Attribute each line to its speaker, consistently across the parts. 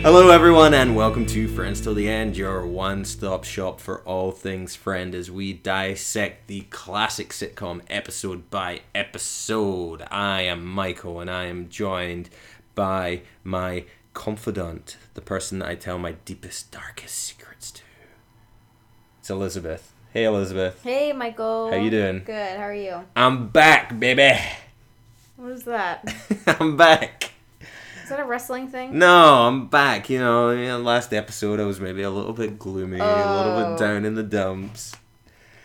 Speaker 1: Hello, everyone, and welcome to Friends Till the End, your one stop shop for all things friend as we dissect the classic sitcom episode by episode. I am Michael, and I am joined by my confidant, the person that I tell my deepest, darkest secrets to. It's Elizabeth. Hey, Elizabeth.
Speaker 2: Hey, Michael.
Speaker 1: How you doing?
Speaker 2: Good. How are you?
Speaker 1: I'm back, baby.
Speaker 2: What is that?
Speaker 1: I'm back.
Speaker 2: Is that a wrestling thing?
Speaker 1: No, I'm back. You know, you know, last episode I was maybe a little bit gloomy, a little
Speaker 2: Oh.
Speaker 1: bit down in the dumps.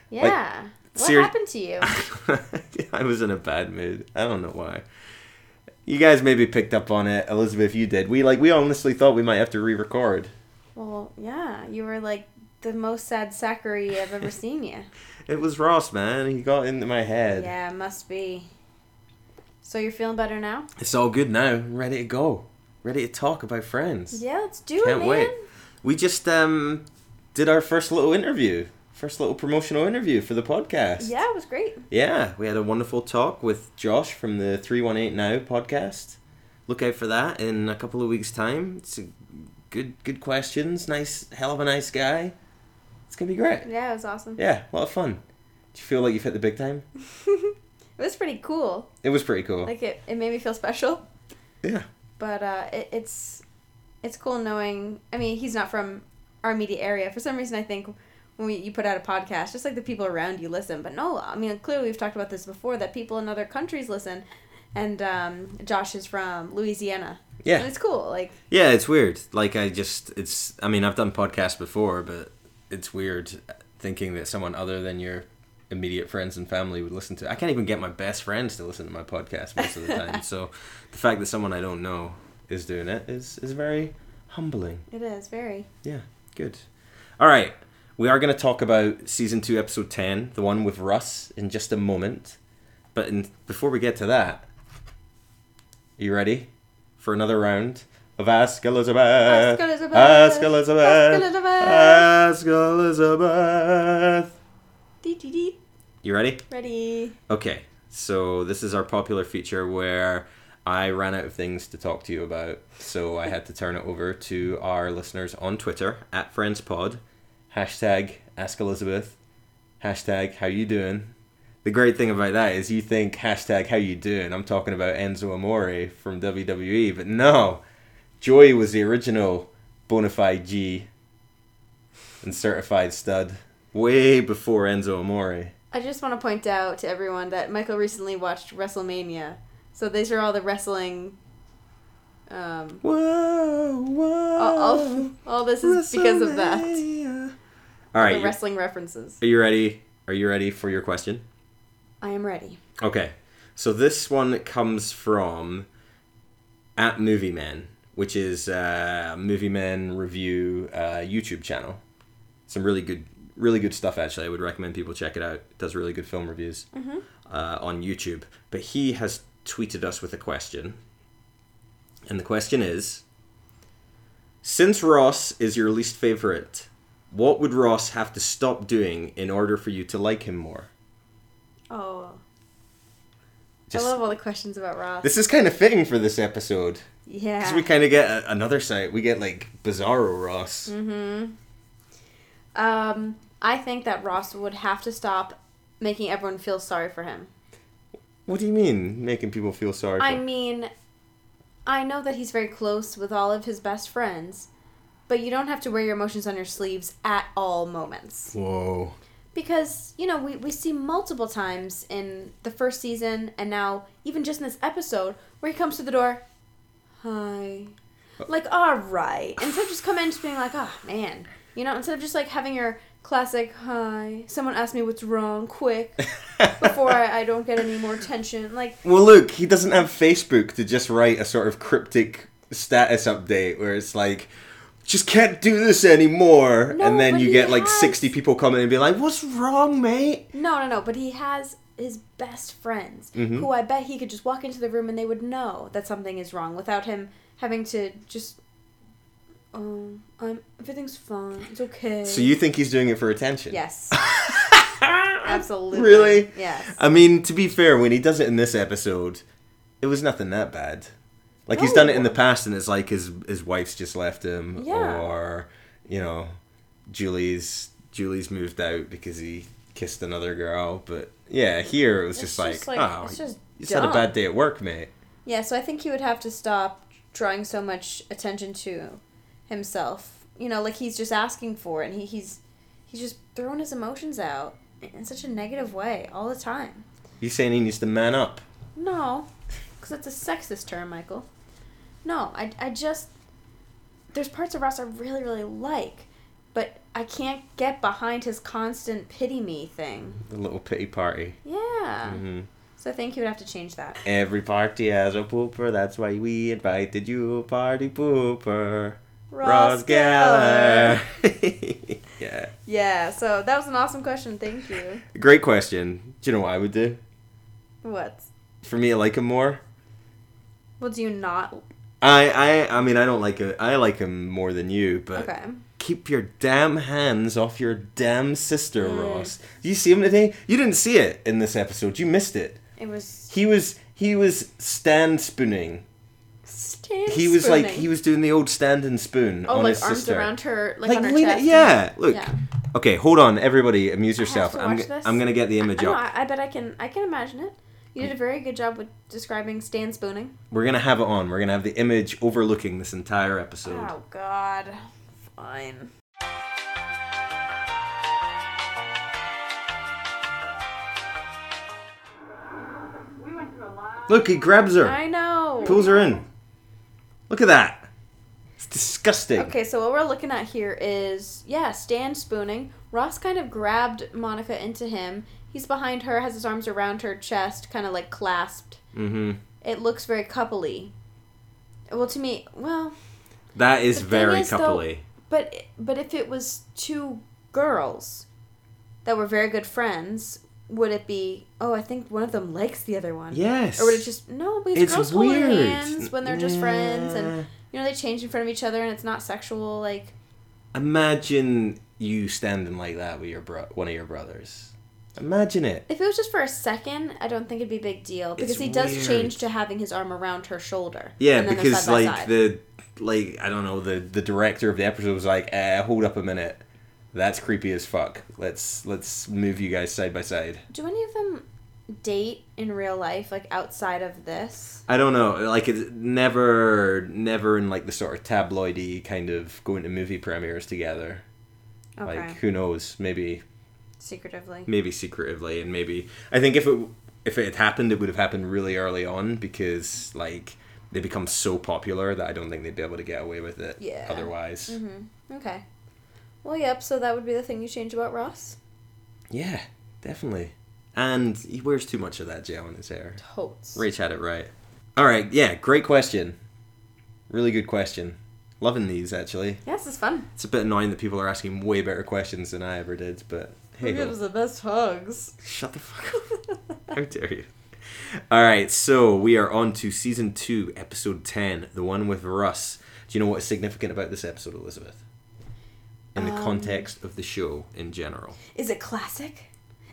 Speaker 2: Yeah. what
Speaker 1: seri-
Speaker 2: happened to you?
Speaker 1: I was in a bad mood. I don't know why. You guys maybe picked up on it, Elizabeth. You did. We like we honestly thought we might have to re-record.
Speaker 2: well, yeah. You were like the most sad Zachary I've ever seen you.
Speaker 1: It was Ross, man. He got into my head.
Speaker 2: Yeah, must be. So you're feeling better now?
Speaker 1: It's all good now. Ready to go. Ready to talk about friends.
Speaker 2: Yeah, let's do it,
Speaker 1: Can't
Speaker 2: man.
Speaker 1: wait. We just um did our first little interview, first little promotional interview for the podcast.
Speaker 2: Yeah, it was great.
Speaker 1: Yeah, we had a wonderful talk with Josh from the 318 Now podcast. Look out for that in a couple of weeks' time. It's a good good questions, nice hell of a nice guy. It's gonna be great.
Speaker 2: Yeah, it was awesome.
Speaker 1: Yeah, a lot of fun. Do you feel like you've hit the big time?
Speaker 2: It was pretty cool.
Speaker 1: It was pretty cool.
Speaker 2: Like it, it made me feel special.
Speaker 1: Yeah.
Speaker 2: But uh, it, it's it's cool knowing. I mean, he's not from our media area. For some reason, I think when we, you put out a podcast, just like the people around you listen. But no, I mean, clearly we've talked about this before that people in other countries listen. And um, Josh is from Louisiana.
Speaker 1: Yeah.
Speaker 2: And it's cool. Like,
Speaker 1: Yeah, it's weird. Like I just it's I mean, I've done podcasts before, but it's weird thinking that someone other than your immediate friends and family would listen to. I can't even get my best friends to listen to my podcast most of the time. so the fact that someone I don't know is doing it is is very humbling.
Speaker 2: it is very.
Speaker 1: Yeah, good. All right. We are going to talk about season 2 episode 10, the one with Russ in just a moment. But in, before we get to that, are you ready for another round of Ask Elizabeth?
Speaker 2: Ask Elizabeth.
Speaker 1: Ask Elizabeth.
Speaker 2: Ask Elizabeth.
Speaker 1: Ask Elizabeth.
Speaker 2: Dee dee dee.
Speaker 1: You ready?
Speaker 2: Ready.
Speaker 1: Okay, so this is our popular feature where I ran out of things to talk to you about, so I had to turn it over to our listeners on Twitter at FriendsPod, hashtag Ask Elizabeth, hashtag How You Doing. The great thing about that is you think hashtag How You Doing. I'm talking about Enzo Amore from WWE, but no, Joy was the original bona fide G and certified stud way before Enzo Amore.
Speaker 2: I just want to point out to everyone that Michael recently watched WrestleMania. So these are all the wrestling. Um,
Speaker 1: Whoa, whoa.
Speaker 2: all, all, all this is because of that.
Speaker 1: All right,
Speaker 2: The
Speaker 1: you-
Speaker 2: wrestling references.
Speaker 1: are you ready? Are you ready for your question?
Speaker 2: I am ready.
Speaker 1: Okay, so this one comes from at Movie Men, which is uh, Movie Men review uh, YouTube channel. Some really good, really good stuff. Actually, I would recommend people check it out. It does really good film reviews uh, on YouTube. But he has tweeted us with a question, and the question is: Since Ross is your least favorite, what would Ross have to stop doing in order for you to like him more?
Speaker 2: Oh,
Speaker 1: Just-
Speaker 2: I love all the questions about Ross.
Speaker 1: This is kind of fitting for this episode because
Speaker 2: yeah.
Speaker 1: we kind of get a, another site. We get like Bizarro Ross.
Speaker 2: Mm-hmm. um, I think that Ross would have to stop making everyone feel sorry for him.
Speaker 1: What do you mean making people feel sorry?
Speaker 2: I
Speaker 1: for?
Speaker 2: mean, I know that he's very close with all of his best friends, but you don't have to wear your emotions on your sleeves at all moments.
Speaker 1: Whoa.
Speaker 2: because you know we, we see multiple times in the first season and now even just in this episode where he comes to the door hi like all right instead of just come in just being like oh man you know instead of just like having your classic hi someone asked me what's wrong quick before I, I don't get any more attention like
Speaker 1: well, look, he doesn't have Facebook to just write a sort of cryptic status update where it's like. Just can't do this anymore,
Speaker 2: No,
Speaker 1: and then
Speaker 2: but
Speaker 1: you
Speaker 2: he
Speaker 1: get like
Speaker 2: has-
Speaker 1: sixty people coming and be like, "What's wrong, mate?"
Speaker 2: no no no but he has his best friends
Speaker 1: Mm-hmm.
Speaker 2: who i bet he could just walk into the room and they would know that something is wrong without him having to just um i'm everything's fine it's okay
Speaker 1: So you think he's doing it for attention?
Speaker 2: Yes. Absolutely.
Speaker 1: Really?
Speaker 2: Yes.
Speaker 1: I mean, to be fair, when he does it in this episode, it was nothing that bad. Like he's done it in the past, and it's like his his wife's just left him,
Speaker 2: Yeah.
Speaker 1: or you know, Julie's Julie's moved out because he kissed another girl. But yeah, here it was
Speaker 2: It's
Speaker 1: just,
Speaker 2: just
Speaker 1: like,
Speaker 2: like-
Speaker 1: oh,
Speaker 2: it's just
Speaker 1: you just had a
Speaker 2: dumb."
Speaker 1: bad day at work, mate.
Speaker 2: Yeah, so I think he would have to stop drawing so much attention to himself. You know, like he's just asking for it and he, he's he's just throwing his emotions out in such a negative way all the time.
Speaker 1: He's saying he needs to man up.
Speaker 2: No, because that's a sexist term, Michael. No, I, I just. There's parts of Ross I really, really like, but I can't get behind his constant pity me thing.
Speaker 1: A little pity party.
Speaker 2: Yeah.
Speaker 1: hmm
Speaker 2: So I think he would have to change that.
Speaker 1: Every party has a pooper. That's why we invited you, party pooper. Ross Geller. yeah.
Speaker 2: Yeah, so that was an awesome question. Thank you.
Speaker 1: Great question. Do you know what I would do?
Speaker 2: What?
Speaker 1: For me, I like him more.
Speaker 2: Well, do you not?
Speaker 1: I, I, I mean, I don't like him. I like him more than you, but
Speaker 2: Okay.
Speaker 1: keep your damn hands off your damn sister,
Speaker 2: Mm.
Speaker 1: Ross. Do you see him today? You didn't see it in this episode. You missed it.
Speaker 2: It was.
Speaker 1: He was, he was stand spooning.
Speaker 2: Stand
Speaker 1: He was like,
Speaker 2: spooning.
Speaker 1: he was doing the old stand and spoon
Speaker 2: Oh,
Speaker 1: on
Speaker 2: like
Speaker 1: his
Speaker 2: arms
Speaker 1: sister.
Speaker 2: around her, like,
Speaker 1: like,
Speaker 2: on her
Speaker 1: lean,
Speaker 2: chest.
Speaker 1: yeah. Look.
Speaker 2: Yeah.
Speaker 1: Okay, hold on, everybody. Amuse
Speaker 2: have
Speaker 1: yourself.
Speaker 2: to
Speaker 1: I'm,
Speaker 2: watch
Speaker 1: g-
Speaker 2: this.
Speaker 1: I'm gonna get the
Speaker 2: I,
Speaker 1: image
Speaker 2: know,
Speaker 1: up.
Speaker 2: I, I bet I can. I can imagine it. You did a very good job with describing stand spooning.
Speaker 1: We're gonna have it on. We're gonna have the image overlooking this entire episode.
Speaker 2: Oh God, fine.
Speaker 1: Look, he grabs her,
Speaker 2: I know.
Speaker 1: pulls her in. Look at that. It's disgusting.
Speaker 2: Okay, so what we're looking at here is yeah, Stan spooning. Ross kind of grabbed Monica into him. He's behind her, has his arms around her chest, kind of like clasped.
Speaker 1: hmm
Speaker 2: It looks very coupley. Well, to me, well,
Speaker 1: That is
Speaker 2: The thing
Speaker 1: very
Speaker 2: is, though-
Speaker 1: coupley.
Speaker 2: But but if it was two girls that were very good friends, would it be? Oh, I think one of them likes the other one.
Speaker 1: Yes.
Speaker 2: Or would it just no? Because
Speaker 1: It's
Speaker 2: girls
Speaker 1: weird.
Speaker 2: hold hands when they're just friends,
Speaker 1: Yeah.
Speaker 2: and you know they change in front of each other, and it's not sexual. Like
Speaker 1: Imagine you standing like that with your bro- one of your brothers. Imagine it.
Speaker 2: if it was just for a second, I don't think it'd be a big deal because
Speaker 1: It's
Speaker 2: he does
Speaker 1: weird.
Speaker 2: change to having his arm around her shoulder.
Speaker 1: Yeah,
Speaker 2: and then they're
Speaker 1: because
Speaker 2: side by
Speaker 1: like
Speaker 2: side.
Speaker 1: the like I don't know the the director of the episode was like, eh, hold up a minute, that's creepy as fuck. Let's let's move you guys side by side.
Speaker 2: do any of them date in real life, like outside of this?
Speaker 1: I don't know, like it's never never in like the sort of tabloidy kind of going to movie premieres together.
Speaker 2: Okay,
Speaker 1: Like who knows, maybe
Speaker 2: secretively.
Speaker 1: maybe secretively and maybe I think if it if it had happened, it would have happened really early on because like they become so popular that I don't think they'd be able to get away with it
Speaker 2: Yeah.
Speaker 1: otherwise.
Speaker 2: Mm-hmm. Okay. Well, yep. So that would be the thing you change about Ross. Mm-hmm.
Speaker 1: Yeah, definitely. And he wears too much of that gel in his hair.
Speaker 2: Totes.
Speaker 1: Rach had it right. All right, yeah, great question. Really good question. Loving these actually.
Speaker 2: Yes, it's fun.
Speaker 1: It's a bit annoying that people are asking way better questions than I ever did, but hey, ho.
Speaker 2: the best hugs.
Speaker 1: shut the fuck up. How dare you? All right, so we are on to season two, episode ten, the one with Russ. Do you know what's significant about this episode, Elizabeth? In the
Speaker 2: Um.
Speaker 1: context of the show in general,
Speaker 2: Is it classic?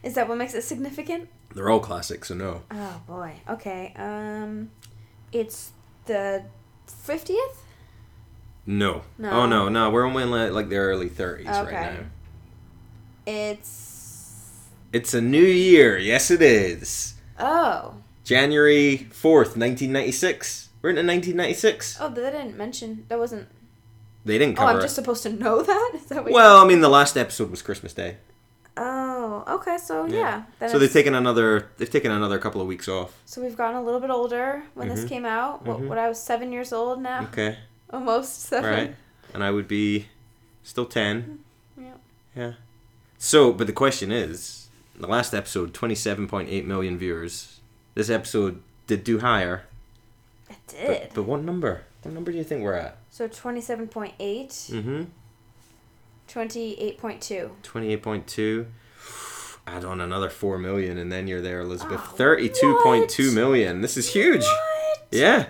Speaker 2: Is that what makes it significant?
Speaker 1: they're all classics, so no.
Speaker 2: Oh boy. Okay. Um, it's the fiftieth.
Speaker 1: No.
Speaker 2: No.
Speaker 1: Oh no, no. We're only in like, like the early thirties right
Speaker 2: Okay.
Speaker 1: now.
Speaker 2: It's
Speaker 1: It's a new year. Yes, it is.
Speaker 2: oh
Speaker 1: January fourth, nineteen ninety six. We're into nineteen ninety six.
Speaker 2: oh that I didn't mention that wasn't.
Speaker 1: They didn't
Speaker 2: Oh,
Speaker 1: cover.
Speaker 2: I'm
Speaker 1: it.
Speaker 2: just supposed to know that. Is that what? you-
Speaker 1: well, I mean, the last episode was Christmas Day,
Speaker 2: Oh. Okay. So
Speaker 1: Yeah.
Speaker 2: yeah. that
Speaker 1: so they've
Speaker 2: is-
Speaker 1: taken another. They've taken another couple of weeks off.
Speaker 2: So we've gotten a little bit older when this
Speaker 1: Mhm.
Speaker 2: came out. What,
Speaker 1: Mhm.
Speaker 2: what I was seven years old now,
Speaker 1: Okay,
Speaker 2: almost
Speaker 1: all
Speaker 2: seven.
Speaker 1: Mm-hmm. right. And I would be still ten.
Speaker 2: Yep.
Speaker 1: Yeah. So, but the question is, the last episode, twenty seven point eight million viewers. This episode did do higher,
Speaker 2: It did.
Speaker 1: but, but what number? What number do you think we're at?
Speaker 2: So 27.8,
Speaker 1: Mm-hmm.
Speaker 2: 28.2.
Speaker 1: 28.2 add on another 4 million and then you're there elizabeth
Speaker 2: Oh,
Speaker 1: 32.2
Speaker 2: what?
Speaker 1: million this is huge
Speaker 2: What?
Speaker 1: yeah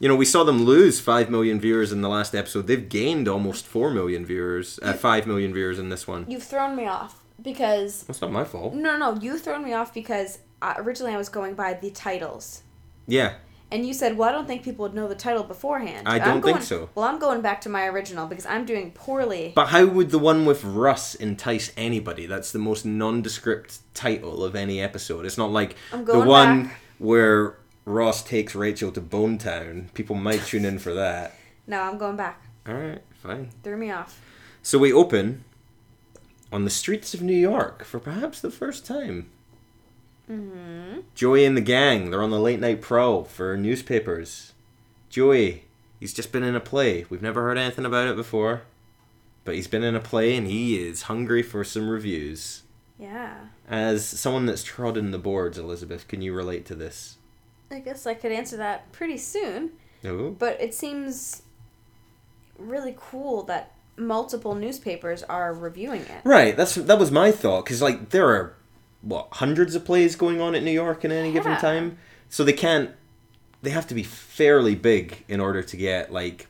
Speaker 1: you know we saw them lose 5 million viewers in the last episode they've gained almost 4 million viewers uh, 5 million viewers in this one
Speaker 2: You've thrown me off because
Speaker 1: that's not my fault
Speaker 2: no, no, you've thrown me off because uh, originally I was going by the titles.
Speaker 1: yeah
Speaker 2: And you said, "Well, I don't think people would know the title beforehand."
Speaker 1: I
Speaker 2: I'm
Speaker 1: don't think
Speaker 2: going-
Speaker 1: so.
Speaker 2: Well, I'm going back to my original because I'm doing poorly.
Speaker 1: But how would the one with Russ entice anybody? That's the most nondescript title of any episode. It's not like
Speaker 2: I'm
Speaker 1: the
Speaker 2: going
Speaker 1: one
Speaker 2: back.
Speaker 1: where Ross takes Rachel to Bone Town. People might tune in for that.
Speaker 2: No, I'm going back.
Speaker 1: All right, fine.
Speaker 2: Threw me off.
Speaker 1: So we open on the streets of New York for perhaps the first time. Mm-hmm. Joey and the gang, they're on the late night prowl for newspapers. Joey, he's just been in a play. We've never heard anything about it before. But he's been in a play and he is hungry for some reviews.
Speaker 2: Yeah.
Speaker 1: As someone that's trodden the boards, Elizabeth, can you relate to this?
Speaker 2: I guess I could answer that pretty soon,
Speaker 1: No.
Speaker 2: but it seems really cool that multiple newspapers are reviewing it.
Speaker 1: Right, that's that was my thought because like there are what hundreds of plays going on at New York in any given
Speaker 2: Yeah.
Speaker 1: time, so they can't. They have to be fairly big in order to get like,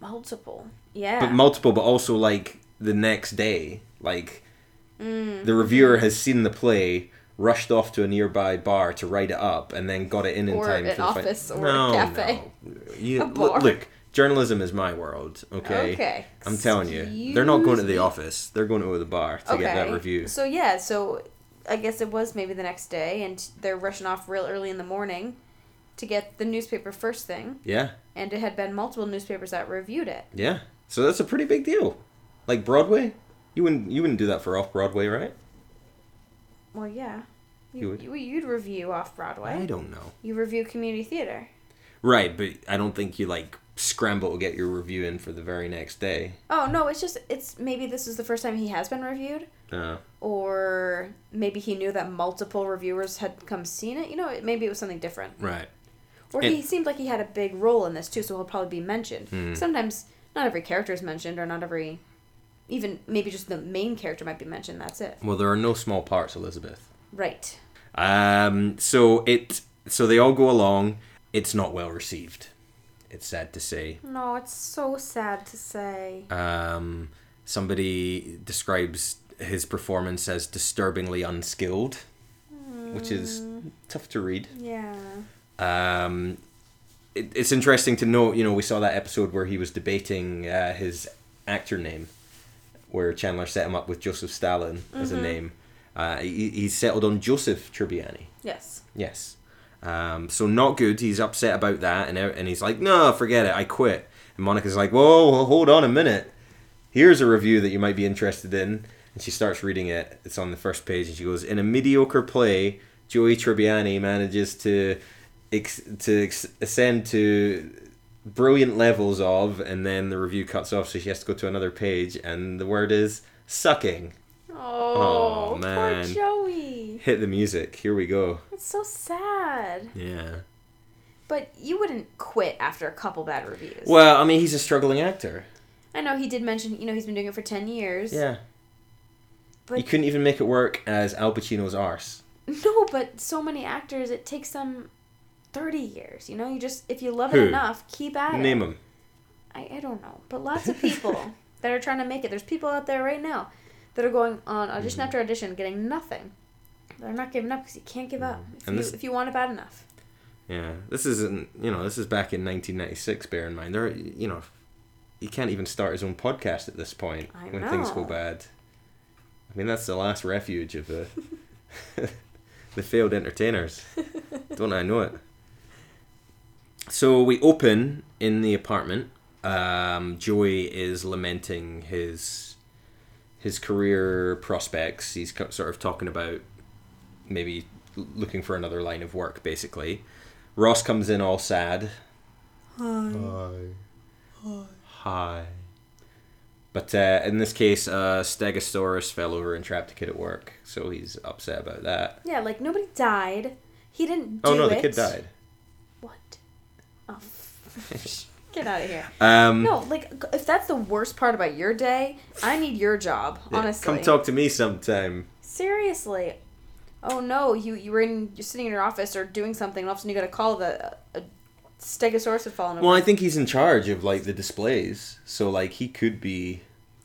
Speaker 2: Multiple. Yeah.
Speaker 1: but multiple, but also like the next day. Like
Speaker 2: Mm.
Speaker 1: the reviewer has seen the play, rushed off to a nearby bar to write it up, and then got it in in
Speaker 2: Or
Speaker 1: time
Speaker 2: an
Speaker 1: for the fi-
Speaker 2: office or a
Speaker 1: no,
Speaker 2: cafe.
Speaker 1: No. You,
Speaker 2: A
Speaker 1: look-
Speaker 2: bar.
Speaker 1: Look, journalism is my world. Okay.
Speaker 2: Okay.
Speaker 1: I'm telling you, they're not going to the office. They're going to the bar to
Speaker 2: Excuse-
Speaker 1: get that review.
Speaker 2: So yeah, so I guess it was maybe the next day, and they're rushing off real early in the morning to get the newspaper first thing,
Speaker 1: Yeah.
Speaker 2: and it had been multiple newspapers that reviewed it.
Speaker 1: Yeah. So that's a pretty big deal. Like Broadway, you wouldn't you wouldn't do that for off Broadway, right?
Speaker 2: Well, yeah. You,
Speaker 1: You would.
Speaker 2: You, you'd review off Broadway.
Speaker 1: I don't know.
Speaker 2: You review community theater.
Speaker 1: Right, but I don't think you like scramble to get your review in for the very next day.
Speaker 2: Oh no, it's just it's maybe this is the first time he has been reviewed,
Speaker 1: Uh,
Speaker 2: or maybe he knew that multiple reviewers had come seen it. You know, it, maybe it was something different.
Speaker 1: right.
Speaker 2: Or
Speaker 1: And-
Speaker 2: he seemed like he had a big role in this too, so he'll probably be mentioned.
Speaker 1: Hmm.
Speaker 2: Sometimes not every character is mentioned, or not every, even maybe just the main character might be mentioned. That's it.
Speaker 1: Well, there are no small parts, Elizabeth.
Speaker 2: Right.
Speaker 1: Um. So it. So they all go along. It's not well received. It's sad to say.
Speaker 2: No, it's so sad to say.
Speaker 1: Um. Somebody describes his performance as disturbingly unskilled, which is tough to read.
Speaker 2: Yeah.
Speaker 1: Um, it, it's interesting to note, you know, we saw that episode where he was debating uh, his actor name, where Chandler set him up with Joseph Stalin as a name. Uh, he, he settled on Joseph Tribbiani.
Speaker 2: Yes.
Speaker 1: Yes. Um, so not good. He's upset about that, and and he's like, no, forget it. I quit. And Monica's like, whoa, whoa, hold on a minute. Here's a review that you might be interested in. And she starts reading it. It's on the first page, and she goes, in a mediocre play, Joey Tribbiani manages to ex- to ex- ascend to brilliant levels of, and then the review cuts off, so she has to go to another page, and the word is sucking.
Speaker 2: Oh,
Speaker 1: man.
Speaker 2: poor Joey.
Speaker 1: Hit the music. Here we go.
Speaker 2: It's so sad.
Speaker 1: Yeah.
Speaker 2: But you wouldn't quit after a couple bad reviews.
Speaker 1: Well, I mean, he's a struggling actor.
Speaker 2: I know he did mention, you know, he's been doing it for 10 years.
Speaker 1: Yeah.
Speaker 2: But-
Speaker 1: you couldn't even make it work as Al Pacino's arse.
Speaker 2: No, but so many actors, it takes them 30 years. You know, you just, if you love
Speaker 1: Who?
Speaker 2: it enough, keep at
Speaker 1: Name
Speaker 2: it.
Speaker 1: him.
Speaker 2: I, I don't know. But lots of people that are trying to make it. There's people out there right now that are going on
Speaker 1: Mm-hmm.
Speaker 2: audition after audition getting nothing. They're not giving up because you can't give up if,
Speaker 1: Mm-hmm. And
Speaker 2: you,
Speaker 1: this-
Speaker 2: if you want it bad enough.
Speaker 1: Yeah. This isn't, you know, this is back in 1996, bear in mind. There, are- you know, he can't even start his own podcast at this point
Speaker 2: I
Speaker 1: when things go
Speaker 2: know.
Speaker 1: bad. I mean, that's the last refuge of the, the failed entertainers. Don't I know it? So we open in the apartment. Um, Joey is lamenting his his career prospects. He's co- sort of talking about maybe l- looking for another line of work, basically. Ross comes in all sad. Hi. Hi. But uh, in this case, uh, Stegosaurus fell over and trapped a kid at work, so he's upset about that.
Speaker 2: Yeah, like nobody died. He didn't do
Speaker 1: Oh no,
Speaker 2: it.
Speaker 1: the kid died.
Speaker 2: What? Oh, get out of here.
Speaker 1: Um,
Speaker 2: No, like if that's the worst part about your day, I need your job.
Speaker 1: yeah,
Speaker 2: honestly,
Speaker 1: come talk to me sometime.
Speaker 2: seriously. Oh no, you you were in you're sitting in your office or doing something, and all of a sudden you got a call that a, a stegosaurus had fallen over.
Speaker 1: Well, I think he's in charge of like the displays, so like he could be.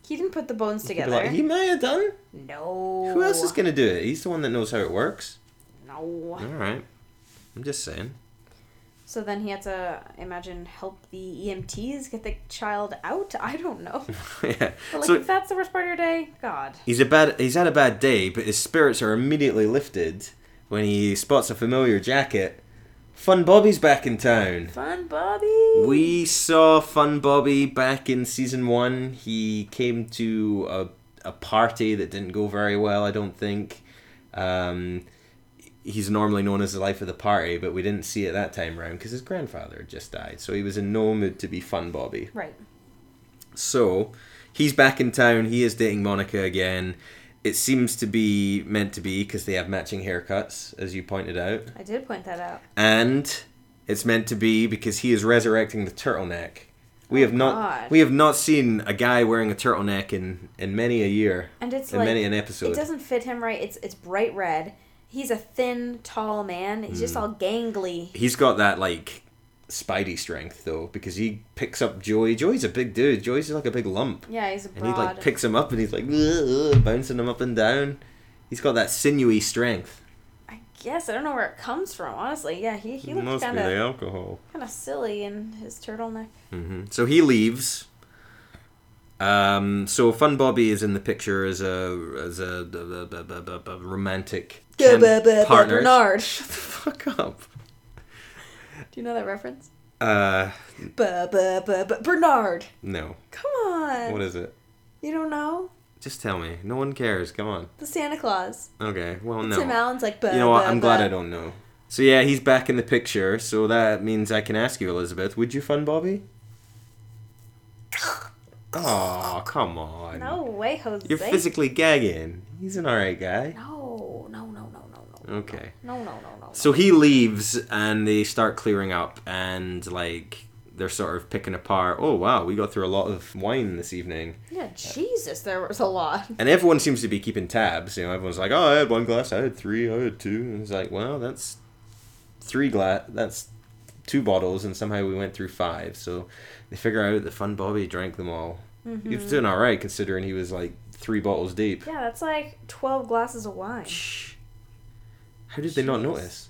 Speaker 2: He didn't put the bones
Speaker 1: he could be
Speaker 2: together.
Speaker 1: like, he may have done.
Speaker 2: no.
Speaker 1: Who else is gonna do it? He's the one that knows how it works.
Speaker 2: No.
Speaker 1: All right, I'm just saying.
Speaker 2: So then he had to imagine help the EMTs get the child out. I don't know.
Speaker 1: yeah.
Speaker 2: But like,
Speaker 1: So-
Speaker 2: if that's the worst part of your day, God.
Speaker 1: He's a bad. He's had a bad day, but his spirits are immediately lifted when he spots a familiar jacket. Fun Bobby's back in town.
Speaker 2: Fun, Bobby.
Speaker 1: We saw Fun Bobby back in season one. He came to a a party that didn't go very well. I don't think. Um, he's normally known as the life of the party, but we didn't see it that time round because his grandfather had just died, so he was in no mood to be Fun Bobby.
Speaker 2: Right.
Speaker 1: So he's back in town. He is dating Monica again. It seems to be meant to be because they have matching haircuts, as you pointed out.
Speaker 2: I did point that out.
Speaker 1: And it's meant to be because he is resurrecting the turtleneck. We have not
Speaker 2: Oh God.
Speaker 1: we have not seen a guy wearing a turtleneck in, in many a year.
Speaker 2: And it's
Speaker 1: in
Speaker 2: like
Speaker 1: many an
Speaker 2: it
Speaker 1: episode.
Speaker 2: doesn't fit him right. It's it's bright red. He's a thin, tall man. He's
Speaker 1: Hmm.
Speaker 2: just all gangly.
Speaker 1: He's got that like spidey strength though, because he picks up Joey. Joey's a big dude. Joey's like a big lump.
Speaker 2: Yeah, he's
Speaker 1: And he
Speaker 2: broad.
Speaker 1: like picks him up and he's like "Ugh, ugh," bouncing him up and down. He's got that sinewy strength.
Speaker 2: I guess I don't know where it comes from, honestly. Yeah, he he looks
Speaker 1: Must
Speaker 2: kind
Speaker 1: be the
Speaker 2: of
Speaker 1: alcohol.
Speaker 2: kind of silly in his turtleneck.
Speaker 1: hmm So he leaves. Um, so Fun Bobby is in the picture as a as a, b- b- b- b- b- b- romantic
Speaker 2: Go,
Speaker 1: can-
Speaker 2: ba, ba, ba,
Speaker 1: partners.
Speaker 2: Bernard.
Speaker 1: Shut the fuck up.
Speaker 2: Do you know that reference?
Speaker 1: Uh,
Speaker 2: Ba, ba, ba, ba, Bernard.
Speaker 1: no.
Speaker 2: Come on.
Speaker 1: What is it?
Speaker 2: you don't know
Speaker 1: Just tell me. No one cares. Come on.
Speaker 2: the Santa Claus.
Speaker 1: Okay. Well, no.
Speaker 2: Tim Allen's like. Ba,
Speaker 1: You know what?
Speaker 2: ba,
Speaker 1: I'm glad
Speaker 2: ba.
Speaker 1: I don't know. So yeah, he's back in the picture. So that means I can ask you, Elizabeth. Would you Fun Bobby? Oh, come on.
Speaker 2: No way, Jose.
Speaker 1: You're physically gagging. He's an alright guy.
Speaker 2: No, no, no, no, no, no.
Speaker 1: Okay.
Speaker 2: No, no, no, no. no.
Speaker 1: So he leaves and they start clearing up and like they're sort of picking apart. Oh wow, we got through a lot of wine this evening.
Speaker 2: Yeah, Jesus, there was a lot.
Speaker 1: And everyone seems to be keeping tabs. You know, everyone's like, "Oh, I had one glass, I had three, I had two. And it's like, "Well, that's three glass, that's two bottles and somehow we went through five." So they figure out that Fun Bobby drank them all. He
Speaker 2: Hmm.
Speaker 1: was doing all right considering he was like three bottles deep.
Speaker 2: Mm-hmm. Yeah, that's like 12 glasses of wine.
Speaker 1: Shh. How did they not
Speaker 2: Jeez.
Speaker 1: notice?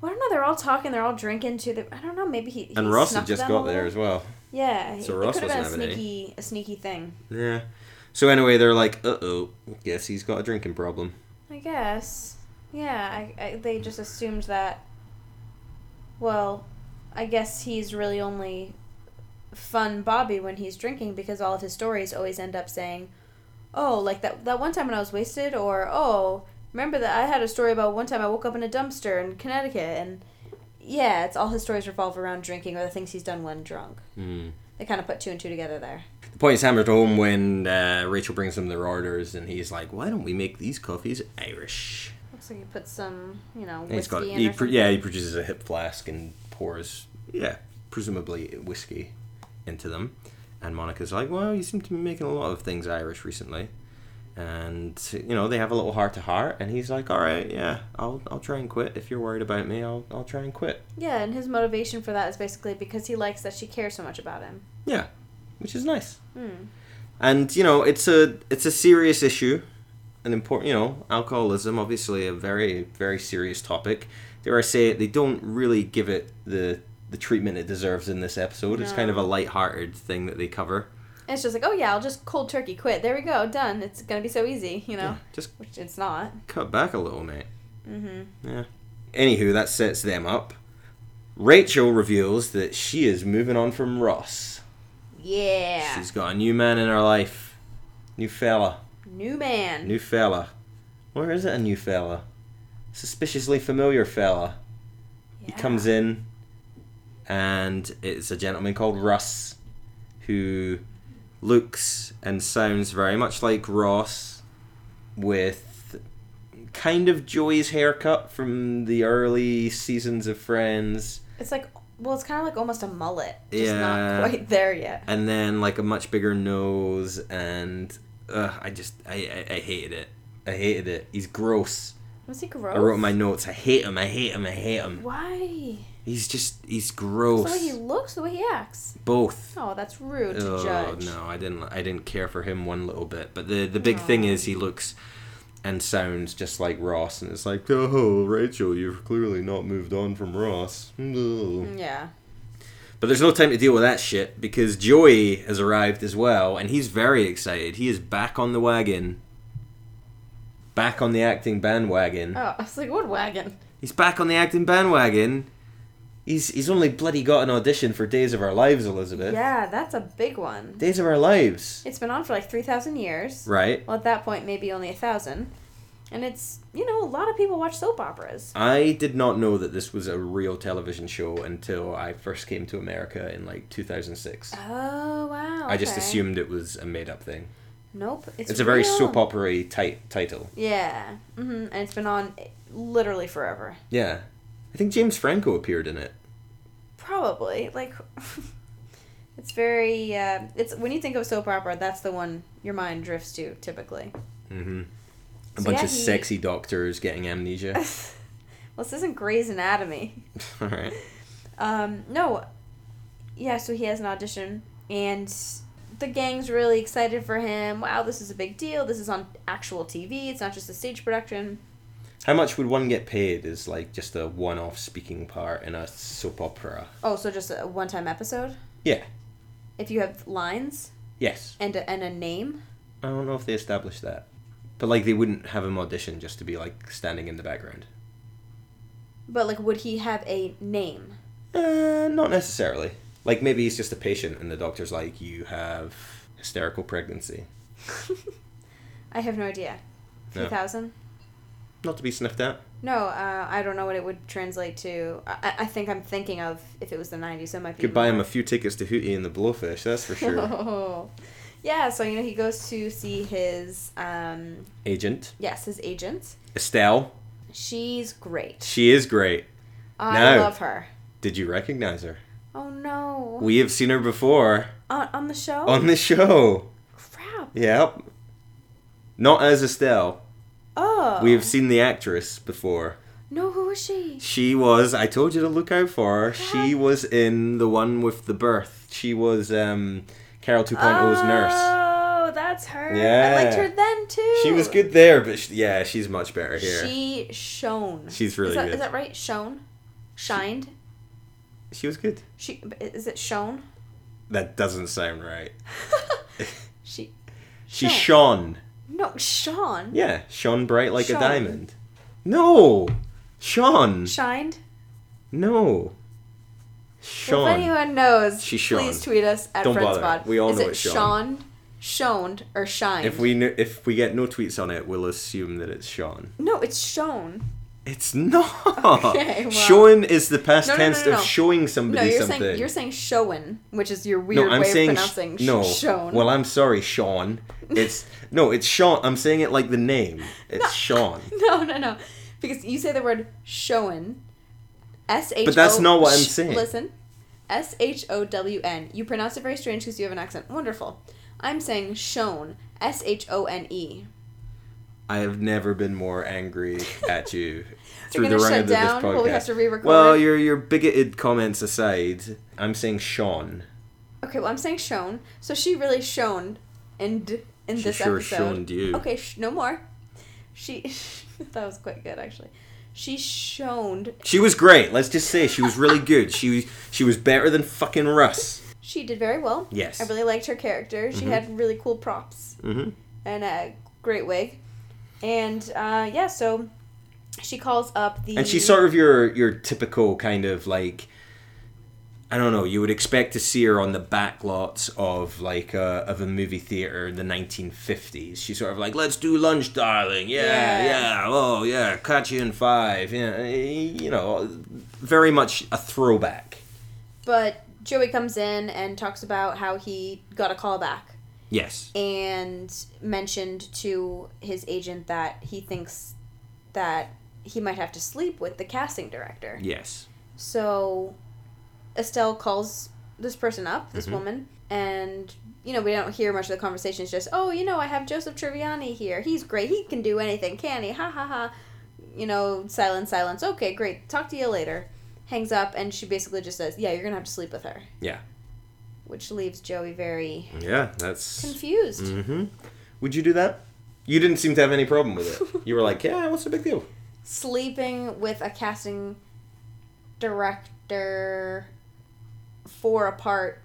Speaker 2: Well, I don't know. They're all talking. They're all drinking too. They- I don't know. Maybe he. he
Speaker 1: And Ross
Speaker 2: snuck
Speaker 1: had just
Speaker 2: them
Speaker 1: got
Speaker 2: a
Speaker 1: there
Speaker 2: little.
Speaker 1: as well.
Speaker 2: Yeah.
Speaker 1: So
Speaker 2: it-
Speaker 1: Ross
Speaker 2: it could have
Speaker 1: wasn't
Speaker 2: been
Speaker 1: having
Speaker 2: a
Speaker 1: any.
Speaker 2: sneaky, a sneaky thing.
Speaker 1: Yeah. So anyway, they're like, uh oh, guess he's got a drinking problem.
Speaker 2: I guess. Yeah. I, I, they just assumed that. Well, I guess he's really only fun Bobby when he's drinking because all of his stories always end up saying, "Oh, like that that one time when I was wasted," or "Oh, remember that I had a story about one time I woke up in a dumpster in Connecticut," and yeah, it's all his stories revolve around drinking or the things he's done when drunk.
Speaker 1: Mm.
Speaker 2: They kind of put two and two together there.
Speaker 1: The point is hammered home when uh, Rachel brings them their orders, and he's like, "Why don't we make these coffees Irish?"
Speaker 2: Looks like he put some, you know,
Speaker 1: And he's
Speaker 2: whiskey
Speaker 1: got,
Speaker 2: in.
Speaker 1: he
Speaker 2: or
Speaker 1: pr-
Speaker 2: something.
Speaker 1: yeah, he produces a hip flask and pours, yeah, presumably whiskey into them. And Monica's like, "Well, you seem to be making a lot of things Irish recently." And you know they have a little heart to heart, and he's like, "All right, yeah, I'll I'll try and quit. If you're worried about me, I'll I'll try and quit."
Speaker 2: Yeah, and his motivation for that is basically because he likes that she cares so much about him.
Speaker 1: Yeah, which is nice.
Speaker 2: Hmm.
Speaker 1: and you know it's a it's a serious issue an important you know alcoholism obviously a very very serious topic dare i say it they don't really give it the the treatment it deserves in this episode it's kind of a
Speaker 2: No.
Speaker 1: light-hearted thing that they cover
Speaker 2: And it's just like, oh yeah, I'll just cold turkey quit. There we go, done. It's gonna be so easy, you know.
Speaker 1: yeah just
Speaker 2: Which it's not.
Speaker 1: cut back a little mate
Speaker 2: Mm-hmm.
Speaker 1: yeah anywho that sets them up rachel reveals that she is moving on from ross
Speaker 2: Yeah.
Speaker 1: she's got a new man in her life new fella
Speaker 2: New man.
Speaker 1: New fella. Where is it a new fella? Suspiciously familiar fella.
Speaker 2: yeah.
Speaker 1: He
Speaker 2: Ah.
Speaker 1: comes in and it's a gentleman called Russ who looks and sounds very much like Ross with kind of Joey's haircut from the early seasons of Friends
Speaker 2: It's like, well, it's kind of like almost a mullet. Just
Speaker 1: Yeah.
Speaker 2: not quite there yet.
Speaker 1: and then like a much bigger nose and uh, I just I, I, I hated it. I hated it. He's gross.
Speaker 2: Was he gross?
Speaker 1: I wrote in my notes. I hate him. I hate him. I hate him.
Speaker 2: Why?
Speaker 1: He's just he's
Speaker 2: The
Speaker 1: gross.
Speaker 2: way he looks, the way he acts.
Speaker 1: Both.
Speaker 2: Oh, that's rude to
Speaker 1: Oh
Speaker 2: judge.
Speaker 1: no, I didn't. I didn't care for him one little bit. But the the big thing
Speaker 2: No.
Speaker 1: is he looks. and sounds just like Ross, and it's like, oh, Rachel, you've clearly not moved on from Ross. No.
Speaker 2: Yeah.
Speaker 1: But there's no time to deal with that shit because Joey has arrived as well, and he's very excited. He is back on the wagon, back on the acting bandwagon.
Speaker 2: Oh, I was like, what wagon?
Speaker 1: He's back on the acting bandwagon. He's he's only bloody got an audition for Days of Our Lives, Elizabeth.
Speaker 2: Yeah, that's a big one.
Speaker 1: Days of Our Lives.
Speaker 2: It's been on for like 3,000 years.
Speaker 1: Right.
Speaker 2: Well, at that point, maybe only a 1,000. And it's, you know, a lot of people watch soap operas.
Speaker 1: I did not know that this was a real television show until I first came to America in like 2006.
Speaker 2: Oh, wow.
Speaker 1: I just
Speaker 2: okay.
Speaker 1: assumed it was a made up thing.
Speaker 2: Nope. It's,
Speaker 1: It's, a very
Speaker 2: real.
Speaker 1: soap opera type title.
Speaker 2: Yeah. hmm And it's been on literally forever.
Speaker 1: Yeah. I think James Franco appeared in it.
Speaker 2: Probably. Like, it's very, uh, it's, when you think of soap opera, that's the one your mind drifts to typically.
Speaker 1: Mm-hmm. A
Speaker 2: So
Speaker 1: bunch
Speaker 2: yeah,
Speaker 1: of
Speaker 2: he-
Speaker 1: sexy doctors getting amnesia.
Speaker 2: well, this isn't Grey's Anatomy.
Speaker 1: All right.
Speaker 2: Um, no. Yeah, so he has an audition, and the gang's really excited for him. Wow, this is a big deal. This is on actual TV. It's not just a stage production.
Speaker 1: How much would one get paid as like just a one off speaking part in a soap opera?
Speaker 2: Oh, so just a one-time episode.
Speaker 1: Yeah.
Speaker 2: If you have lines
Speaker 1: Yes.
Speaker 2: and a, and a name.
Speaker 1: I don't know if they established that. But like they wouldn't have him audition just to be like standing in the background.
Speaker 2: But like, would he have a name?
Speaker 1: Uh, not necessarily. Like maybe he's just a patient and the doctor's like, you have hysterical pregnancy.
Speaker 2: I have no idea. Three
Speaker 1: No.
Speaker 2: thousand?
Speaker 1: Not to be sniffed at.
Speaker 2: No, uh, I don't know what it would translate to. I, I- I think I'm thinking of if it was the '90s, so it might be.
Speaker 1: Could buy him
Speaker 2: more.
Speaker 1: a few tickets to Hootie and the Blowfish, that's for sure.
Speaker 2: yeah, so you know he goes to see his um
Speaker 1: Agent.
Speaker 2: yes, his agent.
Speaker 1: Estelle.
Speaker 2: She's great.
Speaker 1: She is great.
Speaker 2: I
Speaker 1: No.
Speaker 2: love her.
Speaker 1: Did you recognize her?
Speaker 2: Oh no.
Speaker 1: We have seen her before
Speaker 2: on, on the show?
Speaker 1: on the show.
Speaker 2: Crap.
Speaker 1: Yep. Not as Estelle.
Speaker 2: Oh.
Speaker 1: We have seen the actress before.
Speaker 2: No, who is she?
Speaker 1: She was. I told you to look out for her. She was in the one with the birth. She was um, Carol 2.0's nurse.
Speaker 2: Oh, that's her. I
Speaker 1: Yeah.
Speaker 2: liked her then too.
Speaker 1: She was good there, but sh yeah, she's much better here. She,
Speaker 2: She shone.
Speaker 1: She's really
Speaker 2: is that,
Speaker 1: good.
Speaker 2: Is that right? Shone? Shined?
Speaker 1: was good.
Speaker 2: She is it shone?
Speaker 1: That doesn't sound right.
Speaker 2: she
Speaker 1: She
Speaker 2: Shone.
Speaker 1: shone.
Speaker 2: No, Sean.
Speaker 1: Yeah, shone bright like
Speaker 2: Shone.
Speaker 1: a diamond. No, shone.
Speaker 2: Shined?
Speaker 1: No, shone.
Speaker 2: If anyone knows,
Speaker 1: She
Speaker 2: please
Speaker 1: shone.
Speaker 2: tweet us at
Speaker 1: Don't
Speaker 2: Friends
Speaker 1: bother.
Speaker 2: Pod.
Speaker 1: We all
Speaker 2: Is
Speaker 1: know
Speaker 2: it
Speaker 1: it's shone.
Speaker 2: shone, shoned, or shined?
Speaker 1: if we kn- if we get no tweets on it, we'll assume that it's shone.
Speaker 2: no, it's shown.
Speaker 1: It's not.
Speaker 2: Okay, well-
Speaker 1: Showing is the past
Speaker 2: No, no, no,
Speaker 1: tense
Speaker 2: no, no.
Speaker 1: of showing somebody
Speaker 2: No, you're
Speaker 1: something.
Speaker 2: saying you're saying shown, which is your weird
Speaker 1: no, I'm
Speaker 2: way
Speaker 1: saying
Speaker 2: of
Speaker 1: sh-
Speaker 2: pronouncing sh-
Speaker 1: no.
Speaker 2: shown.
Speaker 1: Well, I'm sorry, Sean. It's no, it's Sean. I'm saying it like the name. It's Sean.
Speaker 2: no, no, no, because you say the word shown, S H.
Speaker 1: But that's not what I'm saying.
Speaker 2: Listen, S H O W N. You pronounce it very strange because you have an accent. Wonderful. I'm saying shown, S H O N E.
Speaker 1: I have never been more angry at you
Speaker 2: So
Speaker 1: through the
Speaker 2: we're gonna
Speaker 1: run
Speaker 2: shut
Speaker 1: of this
Speaker 2: down?
Speaker 1: podcast.
Speaker 2: Will we have to re-record?
Speaker 1: Well, your your bigoted comments aside, I'm saying Sean.
Speaker 2: Okay, well, I'm saying shown. So she really shone and in,
Speaker 1: She
Speaker 2: this
Speaker 1: sure
Speaker 2: episode.
Speaker 1: shoned you.
Speaker 2: Okay, sh- no more. She that was quite good actually. She shoned.
Speaker 1: She was great. Let's just say she was really good. She she was better than fucking Russ.
Speaker 2: She did very well.
Speaker 1: Yes. Mm-hmm.
Speaker 2: I really liked her character. She had really cool props
Speaker 1: Mhm.
Speaker 2: and a great wig. And uh, yeah, so she calls up the
Speaker 1: And she's sort of your your typical kind of like I don't know, you would expect to see her on the back lots of like a, of a movie theater in the 1950s. She's sort of like, "Let's do lunch, darling." Yeah,
Speaker 2: Yeah.
Speaker 1: yeah. Oh, yeah. Catch you in 5. Yeah, you know, very much a throwback.
Speaker 2: But Joey comes in and talks about how he got a call back
Speaker 1: Yes.
Speaker 2: and mentioned to his agent that he thinks that he might have to sleep with the casting director.
Speaker 1: Yes.
Speaker 2: So Estelle calls this person up, this woman, and you know, we don't hear much of the conversation. It's just, "Oh, you know, I have Joseph Triviani here. He's great. He can do anything, can he?" Ha ha ha. You know, silence, silence. Okay, great. Talk to you later. Hangs up and she basically just says, "Yeah, you're going to have to sleep with her."
Speaker 1: Yeah.
Speaker 2: Which leaves Joey very
Speaker 1: Yeah, that's
Speaker 2: confused.
Speaker 1: Mhm. Mm-hmm. Would you do that? You didn't seem to have any problem with it. You were like, yeah, what's the big deal?
Speaker 2: sleeping with a casting director for a part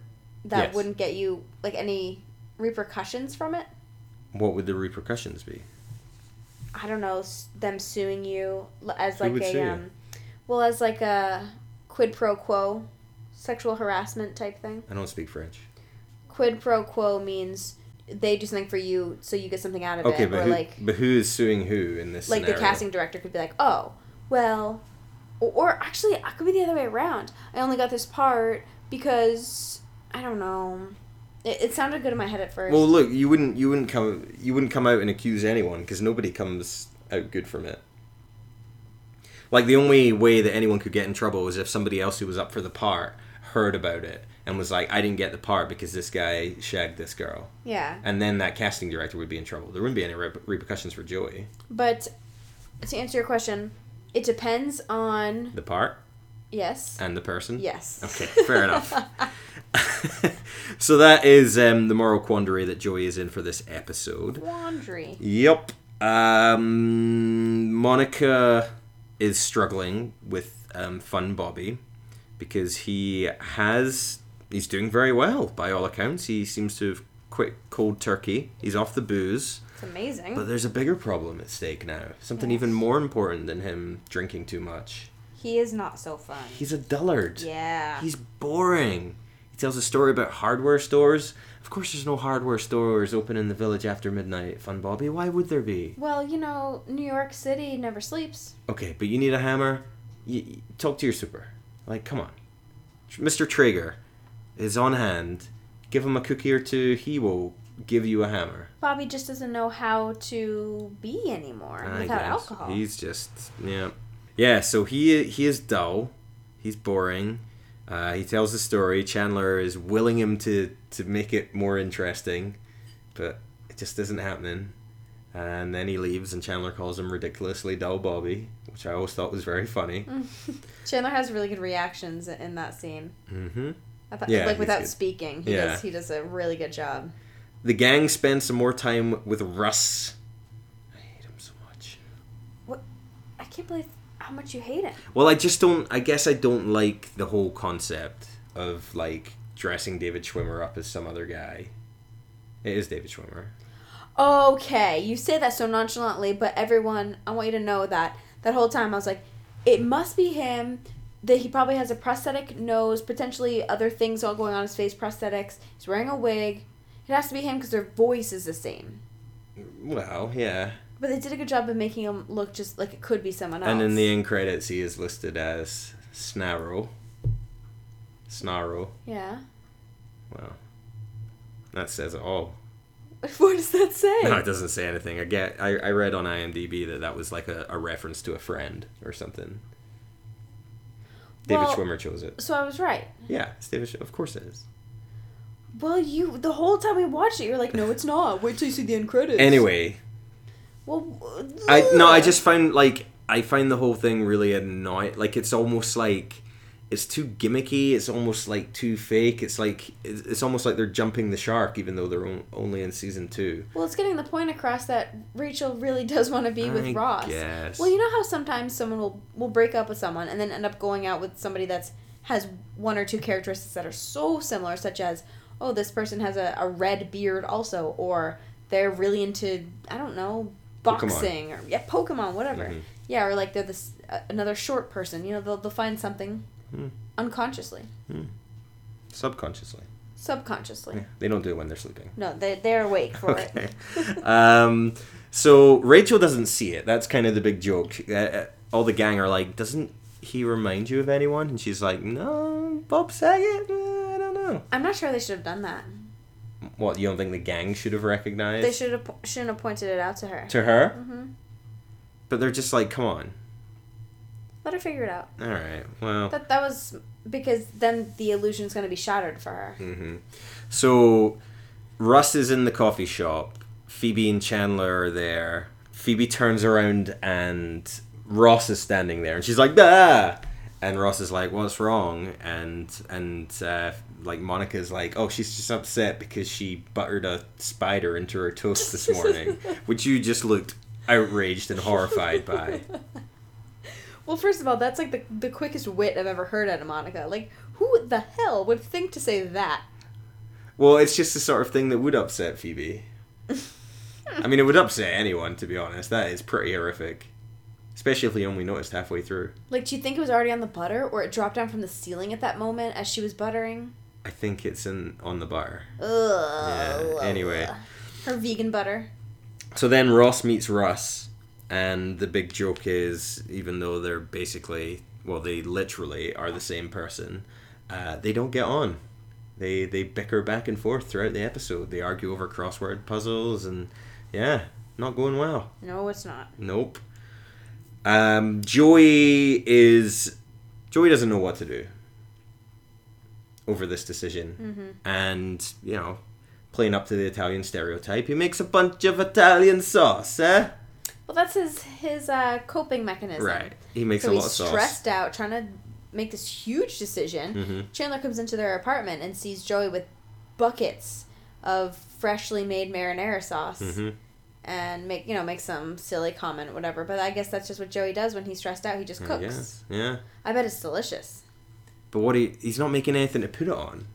Speaker 2: that
Speaker 1: Yes.
Speaker 2: wouldn't get you like any repercussions from it.
Speaker 1: What would the repercussions be?
Speaker 2: I don't know s- them suing you l- as
Speaker 1: Who
Speaker 2: like
Speaker 1: would sue you?
Speaker 2: a um, well as like a quid pro quo sexual harassment type thing.
Speaker 1: I don't speak French.
Speaker 2: Quid pro quo means they do something for you so you get something out of
Speaker 1: Okay,
Speaker 2: it
Speaker 1: but
Speaker 2: or
Speaker 1: who,
Speaker 2: like
Speaker 1: but who is suing who in this
Speaker 2: like
Speaker 1: scenario?
Speaker 2: the casting director could be like, oh, well, or, or actually, I could be the other way around. I only got this part because I don't know. It, it sounded good in my head at first.
Speaker 1: Well, look, you wouldn't you wouldn't come you wouldn't come out and accuse anyone because nobody comes out good from it. Like the only way that anyone could get in trouble was if somebody else who was up for the part heard about it and was like, "I didn't get the part because this guy shagged this girl,"
Speaker 2: yeah,
Speaker 1: and then that casting director would be in trouble. There wouldn't be any rep- repercussions for Joey.
Speaker 2: but to answer your question, it depends on
Speaker 1: The part
Speaker 2: yes,
Speaker 1: and the person.
Speaker 2: yes.
Speaker 1: Okay, fair enough. so that is um, the moral quandary that Joey is in for this episode.
Speaker 2: Laundry.
Speaker 1: Yep. Um, Monica is struggling with um, Fun Bobby because he has. He's doing very well by all accounts. He seems to have quit cold turkey. He's off the booze.
Speaker 2: It's amazing.
Speaker 1: But there's a bigger problem at stake now. Something even more important than him drinking too much.
Speaker 2: he is not so fun.
Speaker 1: He's a dullard.
Speaker 2: yeah.
Speaker 1: He's boring. He tells a story about hardware stores. Of course, there's no hardware stores open in the village after midnight, Fun Bobby. Why would there be?
Speaker 2: well, you know, New York City never sleeps.
Speaker 1: Okay, but you need a hammer. You, you- talk to your super. Like, come on, Tr- Mr. Traeger is on hand. Give him a cookie or two. He will give you a hammer.
Speaker 2: Bobby just doesn't know how to be anymore
Speaker 1: I
Speaker 2: without
Speaker 1: guess.
Speaker 2: alcohol.
Speaker 1: He's just yeah, yeah. So he he is dull. He's boring. Uh, he tells the story. Chandler is willing him to to make it more interesting, but it just isn't happening. And then he leaves, and Chandler calls him ridiculously dull Bobby, which I always thought was very funny.
Speaker 2: Chandler has really good reactions in that scene.
Speaker 1: Mm-hmm.
Speaker 2: I thought,
Speaker 1: Yeah,
Speaker 2: like
Speaker 1: he's
Speaker 2: without
Speaker 1: good.
Speaker 2: speaking, he
Speaker 1: Yeah.
Speaker 2: does he does a really good job.
Speaker 1: The gang spends some more time with Russ. I hate him so much.
Speaker 2: I can't believe how much you hate him.
Speaker 1: Well, I just don't. I guess I don't like the whole concept of like dressing David Schwimmer up as some other guy. It is David Schwimmer.
Speaker 2: Okay, you say that so nonchalantly, but everyone, I want you to know that that whole time I was like, it must be him. That he probably has a prosthetic nose, potentially other things all going on his face, prosthetics. He's wearing a wig. It has to be him because their voice is the same.
Speaker 1: Well, yeah.
Speaker 2: But they did a good job of making him look just like it could be someone else.
Speaker 1: And in the end credits, he is listed as Snarrow. Snarrow.
Speaker 2: yeah.
Speaker 1: Wow. That says it all.
Speaker 2: What does that say?
Speaker 1: No, it doesn't say anything. I get. I, I read on IMDb that that was like a, a reference to a friend or something. David
Speaker 2: Well-
Speaker 1: Schwimmer chose it.
Speaker 2: so I was right.
Speaker 1: Yeah, it's David. Sch- Of course it is.
Speaker 2: Well, you the whole time we watched it, you were like, "No, it's not. Wait till you see the end credits."
Speaker 1: Anyway,
Speaker 2: well,
Speaker 1: I no, I
Speaker 2: ugh.
Speaker 1: just find like I find the whole thing really annoying. Like it's almost like it's too gimmicky. It's almost like too fake. It's like it's it's almost like they're jumping the shark, even though they're on- only in season two.
Speaker 2: well, it's getting the point across that Rachel really does want to be with
Speaker 1: I
Speaker 2: Ross.
Speaker 1: guess.
Speaker 2: Well, you know how sometimes someone will will break up with someone and then end up going out with somebody that's has one or two characteristics that are so similar, such as oh, this person has a, a red beard also, or they're really into I don't know
Speaker 1: Pokemon.
Speaker 2: boxing or yeah Pokemon whatever
Speaker 1: Mhm.
Speaker 2: yeah or like they're this uh, another short person you know they'll they'll find something
Speaker 1: Hmm.
Speaker 2: unconsciously
Speaker 1: subconsciously,
Speaker 2: subconsciously.
Speaker 1: Yeah, they don't do it when they're sleeping.
Speaker 2: No, they they're awake for
Speaker 1: okay.
Speaker 2: it.
Speaker 1: um, so Rachel doesn't see it. That's kind of the big joke. Uh, Uh, all the gang are like, "Doesn't he remind you of anyone?" And she's like, "No, Bob Saget. Uh, I don't know."
Speaker 2: I'm not sure they should have done that.
Speaker 1: What you don't think the gang should have recognized
Speaker 2: They should have po- shouldn't have pointed it out to her.
Speaker 1: to her?
Speaker 2: hmm
Speaker 1: But they're just like, "Come on."
Speaker 2: Let her figure it out.
Speaker 1: All right. Well.
Speaker 2: That that was because then the illusion's going to be shattered for her.
Speaker 1: hmm So Russ is in the coffee shop. Phoebe and Chandler are there. Phoebe turns around and Ross is standing there, and she's like, "Ah!" and Ross is like, "What's wrong?" and and uh, like Monica's like, "Oh, she's just upset because she buttered a spider into her toast this morning," which you just looked outraged and horrified by.
Speaker 2: Well, first of all, that's like the, the quickest wit I've ever heard out of Monica. Like, who the hell would think to say that?
Speaker 1: Well, it's just the sort of thing that would upset Phoebe. I mean, it would upset anyone, to be honest. That is pretty horrific, especially if we only noticed halfway through.
Speaker 2: Like, do you think it was already on the butter or it dropped down from the ceiling at that moment as she was buttering?
Speaker 1: I think it's in on the bar.
Speaker 2: Oh, Ugh.
Speaker 1: Yeah, anyway.
Speaker 2: Her vegan butter.
Speaker 1: So then Ross meets Russ, and the big joke is even though they're basically, well, they literally are the same person, uh, they don't get on. They they bicker back and forth throughout the episode. They argue over crossword puzzles, and yeah, not going well.
Speaker 2: No, it's not.
Speaker 1: Nope. Um, Joey is Joey doesn't know what to do over this decision,
Speaker 2: Mm-hmm.
Speaker 1: and you know, playing up to the Italian stereotype, he makes a bunch of Italian sauce, eh?
Speaker 2: Well, that's his his uh, coping mechanism.
Speaker 1: Right. He makes
Speaker 2: so
Speaker 1: a lot of
Speaker 2: he's
Speaker 1: sauce.
Speaker 2: stressed out, trying to make this huge decision.
Speaker 1: Mhm.
Speaker 2: Chandler comes into their apartment and sees Joey with buckets of freshly made marinara sauce,
Speaker 1: Mhm.
Speaker 2: and make you know make some silly comment, whatever. But I guess that's just what Joey does when he's stressed out. He just
Speaker 1: I
Speaker 2: cooks.
Speaker 1: guess. Yeah.
Speaker 2: I bet it's delicious.
Speaker 1: But what he he's not making anything to put it on.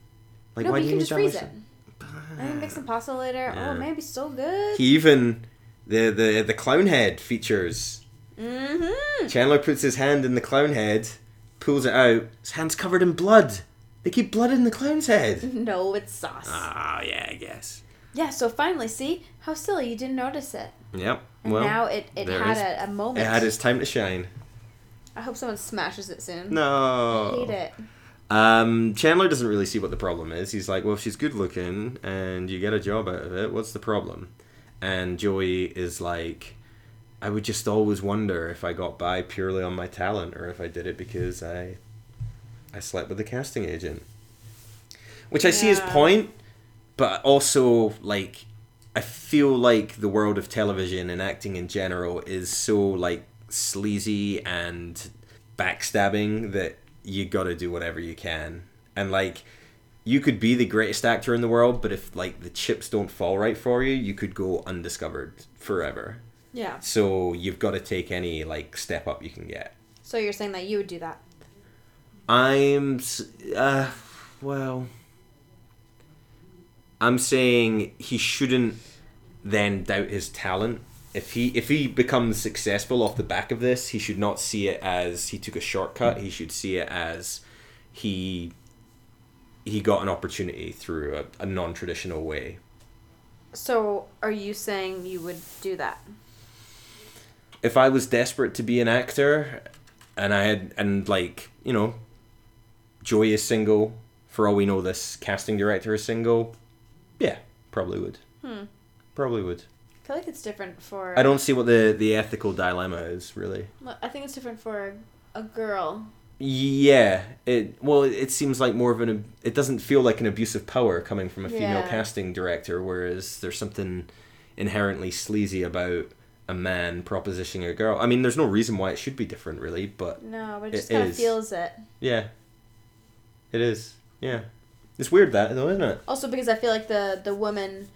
Speaker 1: Like
Speaker 2: no, but
Speaker 1: do
Speaker 2: you can just
Speaker 1: need
Speaker 2: freeze
Speaker 1: that
Speaker 2: it.
Speaker 1: much-
Speaker 2: I can make some pasta later.
Speaker 1: Yeah.
Speaker 2: Oh man, it'd be so good.
Speaker 1: He even the the the clown head features
Speaker 2: mm-hmm.
Speaker 1: Chandler puts his hand in the clown head, pulls it out. His hand's covered in blood. They keep blood in the clown's head.
Speaker 2: No, it's sauce.
Speaker 1: Ah, yeah, I guess.
Speaker 2: Yeah. So finally, see how silly you didn't notice it.
Speaker 1: Yep.
Speaker 2: And
Speaker 1: well,
Speaker 2: now it, it
Speaker 1: there is-
Speaker 2: had a, a
Speaker 1: it
Speaker 2: moment.
Speaker 1: had its time to shine.
Speaker 2: I hope someone smashes it soon.
Speaker 1: No.
Speaker 2: I hate it.
Speaker 1: Um, Chandler doesn't really see what the problem is. He's like, well, if she's good looking and you get a job out of it, what's the problem? And Joey is like, I would just always wonder if I got by purely on my talent or if I did it because I, I slept with the casting agent. Which I see his
Speaker 2: Yeah.
Speaker 1: point, but also like, I feel like the world of television and acting in general is so like sleazy and backstabbing that you gotta do whatever you can. And like you could be the greatest actor in the world, but if like the chips don't fall right for you, you could go undiscovered forever.
Speaker 2: Yeah.
Speaker 1: So you've gotta take any like step up you can get.
Speaker 2: So you're saying that you would do that?
Speaker 1: I'm s- uh well I'm saying he shouldn't then doubt his talent. If he if he becomes successful off the back of this, he should not see it as he took a shortcut. He should see it as he he got an opportunity through a, a non-traditional way.
Speaker 2: So are you saying you would do that?
Speaker 1: if I was desperate to be an actor and I had and like, you know, Joy is single, for all we know this casting director is single, yeah, probably would. Probably would.
Speaker 2: I feel like it's different for.
Speaker 1: I don't see what the the ethical dilemma is really.
Speaker 2: Well, I think it's different for a girl.
Speaker 1: Yeah, it well it seems like more of an ab- it doesn't feel like an abuse of power coming from a female
Speaker 2: Yeah.
Speaker 1: casting director whereas there's something inherently sleazy about a man propositioning a girl. I mean, there's no reason why it should be different really, but
Speaker 2: No, but it
Speaker 1: It
Speaker 2: just kind of
Speaker 1: is.
Speaker 2: feels it.
Speaker 1: Yeah. It is. Yeah. It's weird that though, isn't it?
Speaker 2: Also, because I feel like the the woman.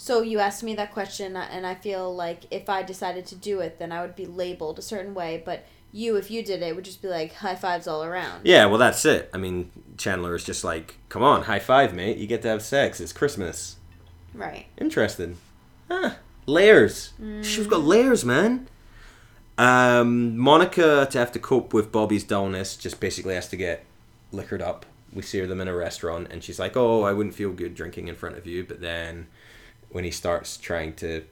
Speaker 2: So you asked me that question, uh, and I feel like if I decided to do it, then I would be labeled a certain way. But you, if you did it, would just be like high fives all around.
Speaker 1: Yeah, well that's it. I mean, Chandler is just like, "Come on, high five, mate. You get to have sex. It's Christmas."
Speaker 2: Right.
Speaker 1: Interesting. Huh. Layers. She's got layers, man. Um, Monica, to have to cope with Bobby's dullness, just basically has to get liquored up. We see her them in a restaurant, and she's like, "Oh, I wouldn't feel good drinking in front of you." But then, when he starts trying to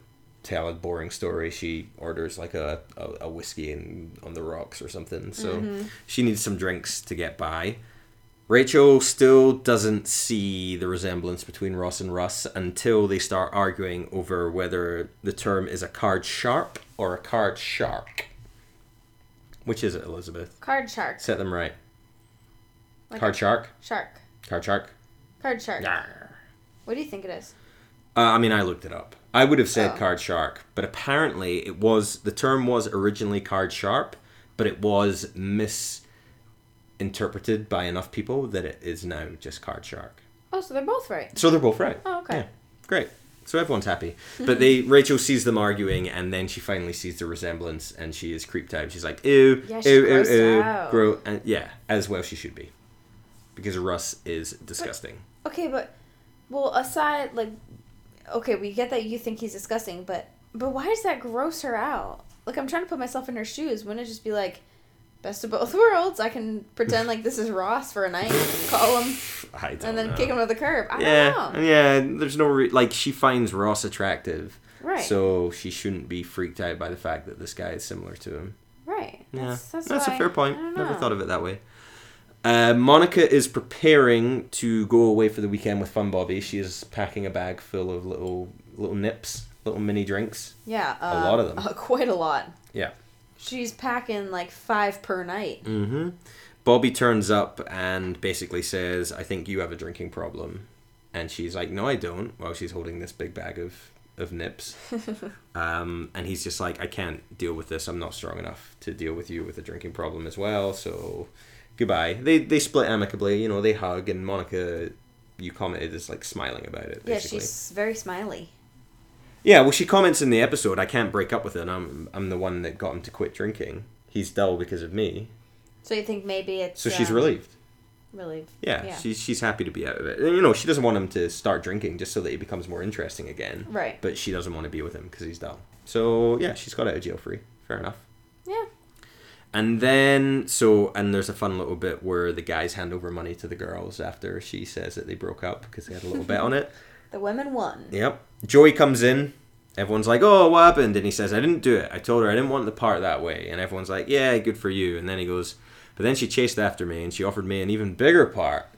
Speaker 1: tell a boring story, she orders like a a, a whiskey and on the rocks or something. So she needs some drinks to get by. Rachel still doesn't see the resemblance between Ross and Russ until they start arguing over whether the term is a card sharp or a card shark. Which is it, Elizabeth?
Speaker 2: Card shark.
Speaker 1: Set them right.
Speaker 2: Like
Speaker 1: Card shark?
Speaker 2: Shark.
Speaker 1: Card shark?
Speaker 2: Card shark.
Speaker 1: Yarr.
Speaker 2: What do you think it is?
Speaker 1: Uh, I mean, I looked it up. I would have said
Speaker 2: Oh.
Speaker 1: card shark, but apparently it was the term was originally card sharp, but it was mis interpreted by enough people that it is now just Card Shark.
Speaker 2: Oh, so they're both right.
Speaker 1: So they're both right.
Speaker 2: Oh, okay. Mm-hmm.
Speaker 1: Yeah. Great. So everyone's happy. But they Rachel sees them arguing and then she finally sees the resemblance and she is creeped out. She's like, ew,
Speaker 2: Yeah, she's
Speaker 1: ew, ew,
Speaker 2: grossed
Speaker 1: ew,
Speaker 2: out.
Speaker 1: grow and yeah, as well she should be. Because Russ is disgusting.
Speaker 2: Okay, but well, aside like, okay, we get that you think he's disgusting, but but why does that gross her out? Like, I'm trying to put myself in her shoes. Wouldn't it just be like, best of both worlds? I can pretend like this is Ross for a night, call him,
Speaker 1: I don't
Speaker 2: and then
Speaker 1: know.
Speaker 2: kick him to the curb. I
Speaker 1: Oh, yeah,
Speaker 2: don't know.
Speaker 1: yeah. There's no re- like she finds Ross attractive,
Speaker 2: Right.
Speaker 1: so she shouldn't be freaked out by the fact that this guy is similar to him.
Speaker 2: right.
Speaker 1: Yeah,
Speaker 2: That's, that's,
Speaker 1: a fair point. Never thought
Speaker 2: of.
Speaker 1: of it that way. Uh, Monica is preparing to go away for the weekend with Fun Bobby. She is packing a bag full of little little nips, little mini drinks.
Speaker 2: Yeah,
Speaker 1: A
Speaker 2: um,
Speaker 1: lot of them.
Speaker 2: uh, quite a lot.
Speaker 1: Yeah.
Speaker 2: She's packing like five per night.
Speaker 1: Mm-hmm. Bobby turns up and basically says, "I think you have a drinking problem," and she's like, "No, I don't." While she's holding this big bag of of nips, um, and he's just like, "I can't deal with this. I'm not strong enough to deal with you with a drinking problem as well." So, goodbye. They they split amicably. You know, they hug, and Monica, you commented, is like smiling about it. Basically.
Speaker 2: Yeah, she's very smiley.
Speaker 1: Yeah, well, she comments in the episode, "I can't break up with him. I'm I'm the one that got him to quit drinking. He's dull because of me."
Speaker 2: So you think maybe it's
Speaker 1: So she's
Speaker 2: um,
Speaker 1: relieved.
Speaker 2: relieved.
Speaker 1: Yeah, she's she's happy to be out of it. And, you know, she doesn't want him to start drinking just so that he becomes more interesting again.
Speaker 2: Right.
Speaker 1: But she doesn't want to be with him because he's dull. So yeah, she's got out of jail free. Fair enough.
Speaker 2: Yeah.
Speaker 1: And then so and there's a fun little bit where the guys hand over money to the girls after she says that they broke up because they had a little bet on it.
Speaker 2: The women won.
Speaker 1: Yep. Joey comes in. Everyone's like, "Oh, what happened?" And he says, "I didn't do it. I told her I didn't want the part that way." And everyone's like, "Yeah, good for you." And then he goes, "But then she chased after me and she offered me an even bigger part."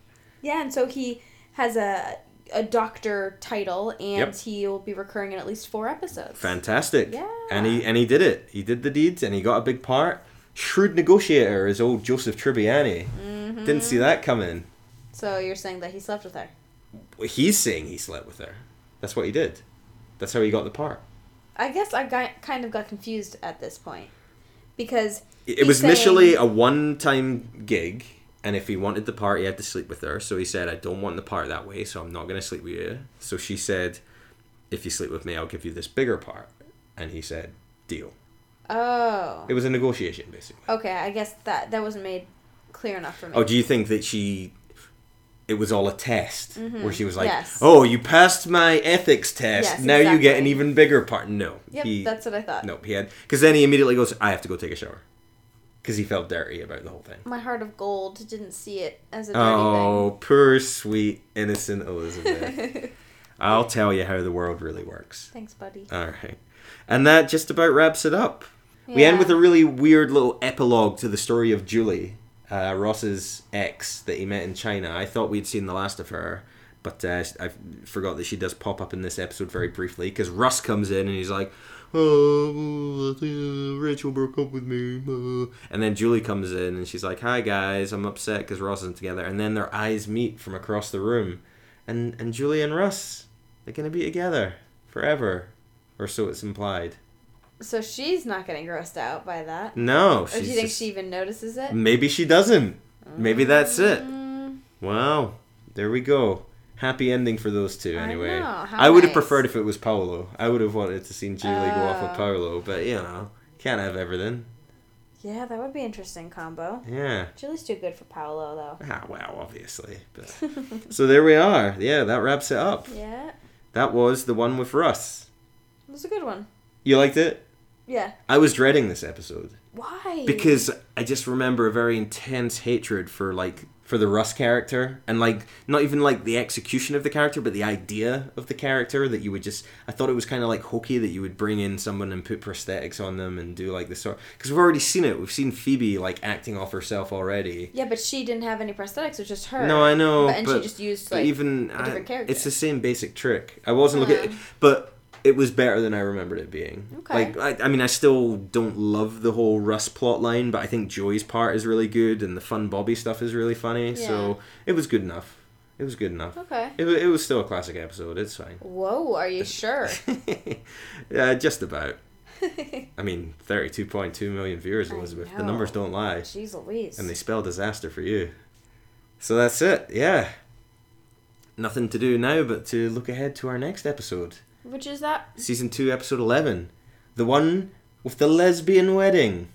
Speaker 2: Yeah, and so he has a a doctor title and
Speaker 1: Yep.
Speaker 2: he will be recurring in at least four episodes.
Speaker 1: Fantastic.
Speaker 2: Yeah.
Speaker 1: And he and he did it. He did the deeds and he got a big part. Shrewd negotiator is old Joseph Tribbiani. Didn't see that coming.
Speaker 2: Mm-hmm. so you're saying that he slept with her.
Speaker 1: He's saying he slept with her. That's what he did. That's how he got the part.
Speaker 2: I guess I got, kind of got confused at this point. Because
Speaker 1: It, it
Speaker 2: He's
Speaker 1: was
Speaker 2: saying-
Speaker 1: initially a one-time gig, and if he wanted the part, he had to sleep with her. So he said, "I don't want the part that way, so I'm not going to sleep with you." So she said, "If you sleep with me, I'll give you this bigger part." And he said, "Deal."
Speaker 2: oh
Speaker 1: It was a negotiation, basically.
Speaker 2: okay, I guess that that wasn't made clear enough for me.
Speaker 1: Oh, do you think that she? It was all a test where she was like,
Speaker 2: Mm-hmm. Yes.
Speaker 1: "Oh, you passed my ethics test.
Speaker 2: Yes,
Speaker 1: now you get an
Speaker 2: exactly.
Speaker 1: even bigger part." No,
Speaker 2: yep,
Speaker 1: he,
Speaker 2: that's what I thought.
Speaker 1: no, he had because then he immediately goes, "I have to go take a shower," because he felt dirty about the whole thing.
Speaker 2: My heart of gold didn't see it as a dirty
Speaker 1: Oh, poor sweet innocent Elizabeth.
Speaker 2: thing.
Speaker 1: I'll tell you how the world really works.
Speaker 2: Thanks, buddy.
Speaker 1: All right, and that just about wraps it up. We end
Speaker 2: Yeah.
Speaker 1: with a really weird little epilogue to the story of Julie, uh, Ross's ex that he met in China. I thought we'd seen the last of her, but uh, I forgot that she does pop up in this episode very briefly because Russ comes in and he's like, "Oh, uh, Rachel broke up with me," uh." and then Julie comes in and she's like, "Hi guys, I'm upset because Ross isn't together." And then their eyes meet from across the room, and and Julie and Russ, they're gonna be together forever, or so it's implied.
Speaker 2: So she's not getting grossed out by that.
Speaker 1: No,
Speaker 2: Or Oh, do
Speaker 1: she's
Speaker 2: you think
Speaker 1: just-
Speaker 2: she even notices it?
Speaker 1: Maybe she doesn't. Maybe that's it.
Speaker 2: Mm,
Speaker 1: Wow. There we go. Happy ending for those two,
Speaker 2: I
Speaker 1: anyway.
Speaker 2: know, how
Speaker 1: I would have
Speaker 2: nice.
Speaker 1: preferred if it was Paolo. I would have wanted to see Julie go off with
Speaker 2: Oh.
Speaker 1: Paolo, but you know, can't have everything.
Speaker 2: yeah, that would be interesting combo.
Speaker 1: Yeah.
Speaker 2: Julie's too good for Paolo though.
Speaker 1: Ah, wow, obviously. But... so there we are. Yeah, that wraps it up.
Speaker 2: Yeah, it
Speaker 1: That was the one with Russ.
Speaker 2: was a good one.
Speaker 1: You liked it?
Speaker 2: Yeah.
Speaker 1: I was dreading this episode
Speaker 2: Why?
Speaker 1: because I just remember a very intense hatred for like for the Russ character and like not even like the execution of the character but the idea of the character that you would just I thought it was kind of like hokey that you would bring in someone and put prosthetics on them and do like this sort because we've already seen it we've seen Phoebe like acting off herself already
Speaker 2: Yeah, but she didn't have any prosthetics. It was just her.
Speaker 1: no I know
Speaker 2: But, and
Speaker 1: but,
Speaker 2: she just used
Speaker 1: but
Speaker 2: like.
Speaker 1: even I-
Speaker 2: different character.
Speaker 1: it's the same basic trick I wasn't looking
Speaker 2: Yeah.
Speaker 1: but it was better than I remembered it being
Speaker 2: Okay.
Speaker 1: like I, I mean I still don't love the whole Russ plot line, but I think Joey's part is really good and the fun Bobby stuff is really funny.
Speaker 2: Yeah.
Speaker 1: So it was good enough. It was good enough.
Speaker 2: Okay.
Speaker 1: It, wa- it was still a classic episode. It's fine.
Speaker 2: Whoa, are you sure?
Speaker 1: yeah, just about. I mean, 32.2 million viewers,
Speaker 2: I
Speaker 1: Elizabeth. The
Speaker 2: know.
Speaker 1: numbers don't lie.
Speaker 2: Jeez Louise.
Speaker 1: And they spell disaster for you. So that's it, yeah. Nothing to do now but to look ahead to our next episode.
Speaker 2: Which is that?
Speaker 1: Season 2, Episode 11. The one with the lesbian wedding.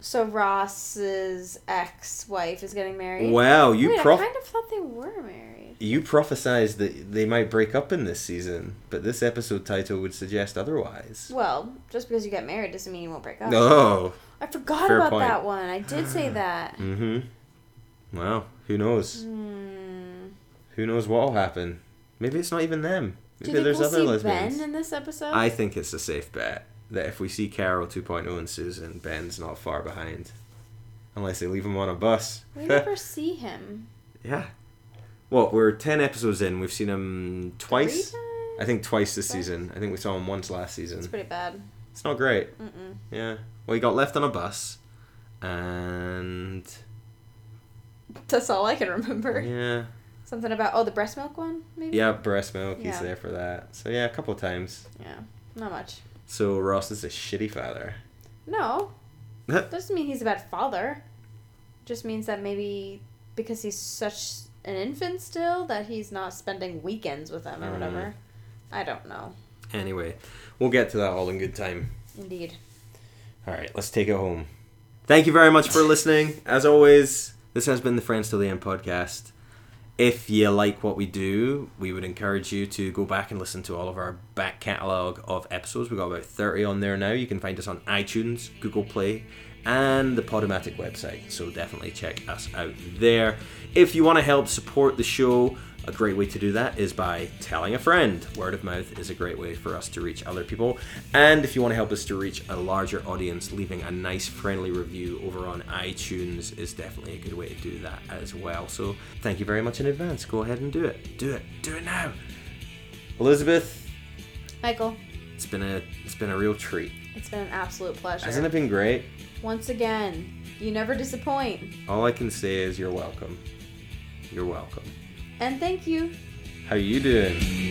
Speaker 2: so Ross's ex-wife is getting married.
Speaker 1: Wow, you
Speaker 2: Wait,
Speaker 1: prof-
Speaker 2: I kind of thought they were married.
Speaker 1: you prophesized that they might break up in this season, but this episode title would suggest otherwise.
Speaker 2: Well, just because you get married doesn't mean you won't break up.
Speaker 1: Oh,
Speaker 2: I forgot
Speaker 1: Fair
Speaker 2: about
Speaker 1: point.
Speaker 2: that one. I did say that.
Speaker 1: hmm Wow, who knows?
Speaker 2: Hmm.
Speaker 1: Who knows what'll happen? Maybe it's not even them.
Speaker 2: Do
Speaker 1: Maybe
Speaker 2: you think
Speaker 1: there's
Speaker 2: we'll
Speaker 1: other
Speaker 2: see
Speaker 1: lesbians.
Speaker 2: Ben in this episode?
Speaker 1: I think it's a safe bet that if we see Carol 2.0 and Susan, Ben's not far behind. Unless they leave him on a bus.
Speaker 2: We never see him.
Speaker 1: yeah. Well, we're 10 episodes in. We've seen him twice.
Speaker 2: Three times?
Speaker 1: I think twice this
Speaker 2: Twice?
Speaker 1: season. I think we saw him once last
Speaker 2: It's
Speaker 1: season.
Speaker 2: pretty bad.
Speaker 1: It's not great.
Speaker 2: Mm-mm.
Speaker 1: Yeah. Well, he got left on a bus. And.
Speaker 2: That's all I can remember.
Speaker 1: Yeah.
Speaker 2: Something about oh the breast milk one maybe.
Speaker 1: Yeah, breast milk. He's
Speaker 2: Yeah.
Speaker 1: there for that. So, yeah, a couple times.
Speaker 2: Yeah. Not much.
Speaker 1: So, Ross is a shitty father.
Speaker 2: No. Doesn't mean he's a bad father. Just means that maybe because he's such an infant still that he's not spending weekends with them or
Speaker 1: Mm.
Speaker 2: whatever. I don't know.
Speaker 1: anyway, we'll get to that all in good time.
Speaker 2: Indeed.
Speaker 1: All right, let's take it home. Thank you very much for listening. As always, this has been the Friends Till the End podcast. If you like what we do, we would encourage you to go back and listen to all of our back catalogue of episodes. We've got about 30 on there now. You can find us on iTunes, Google Play, and the Podomatic website. So definitely check us out there. If you want to help support the show, a great way to do that is by telling a friend. Word of mouth is a great way for us to reach other people. And if you want to help us to reach a larger audience, leaving a nice friendly review over on iTunes is definitely a good way to do that as well. So thank you very much in advance. Go ahead and do it. Do it. Do it now. Elizabeth,
Speaker 2: Michael,
Speaker 1: it's been a it's been a real treat.
Speaker 2: it's been an absolute pleasure.
Speaker 1: Hasn't it been great?
Speaker 2: Once again, you never disappoint.
Speaker 1: All I can say is you're welcome. You're welcome.
Speaker 2: And thank you
Speaker 1: How you doing?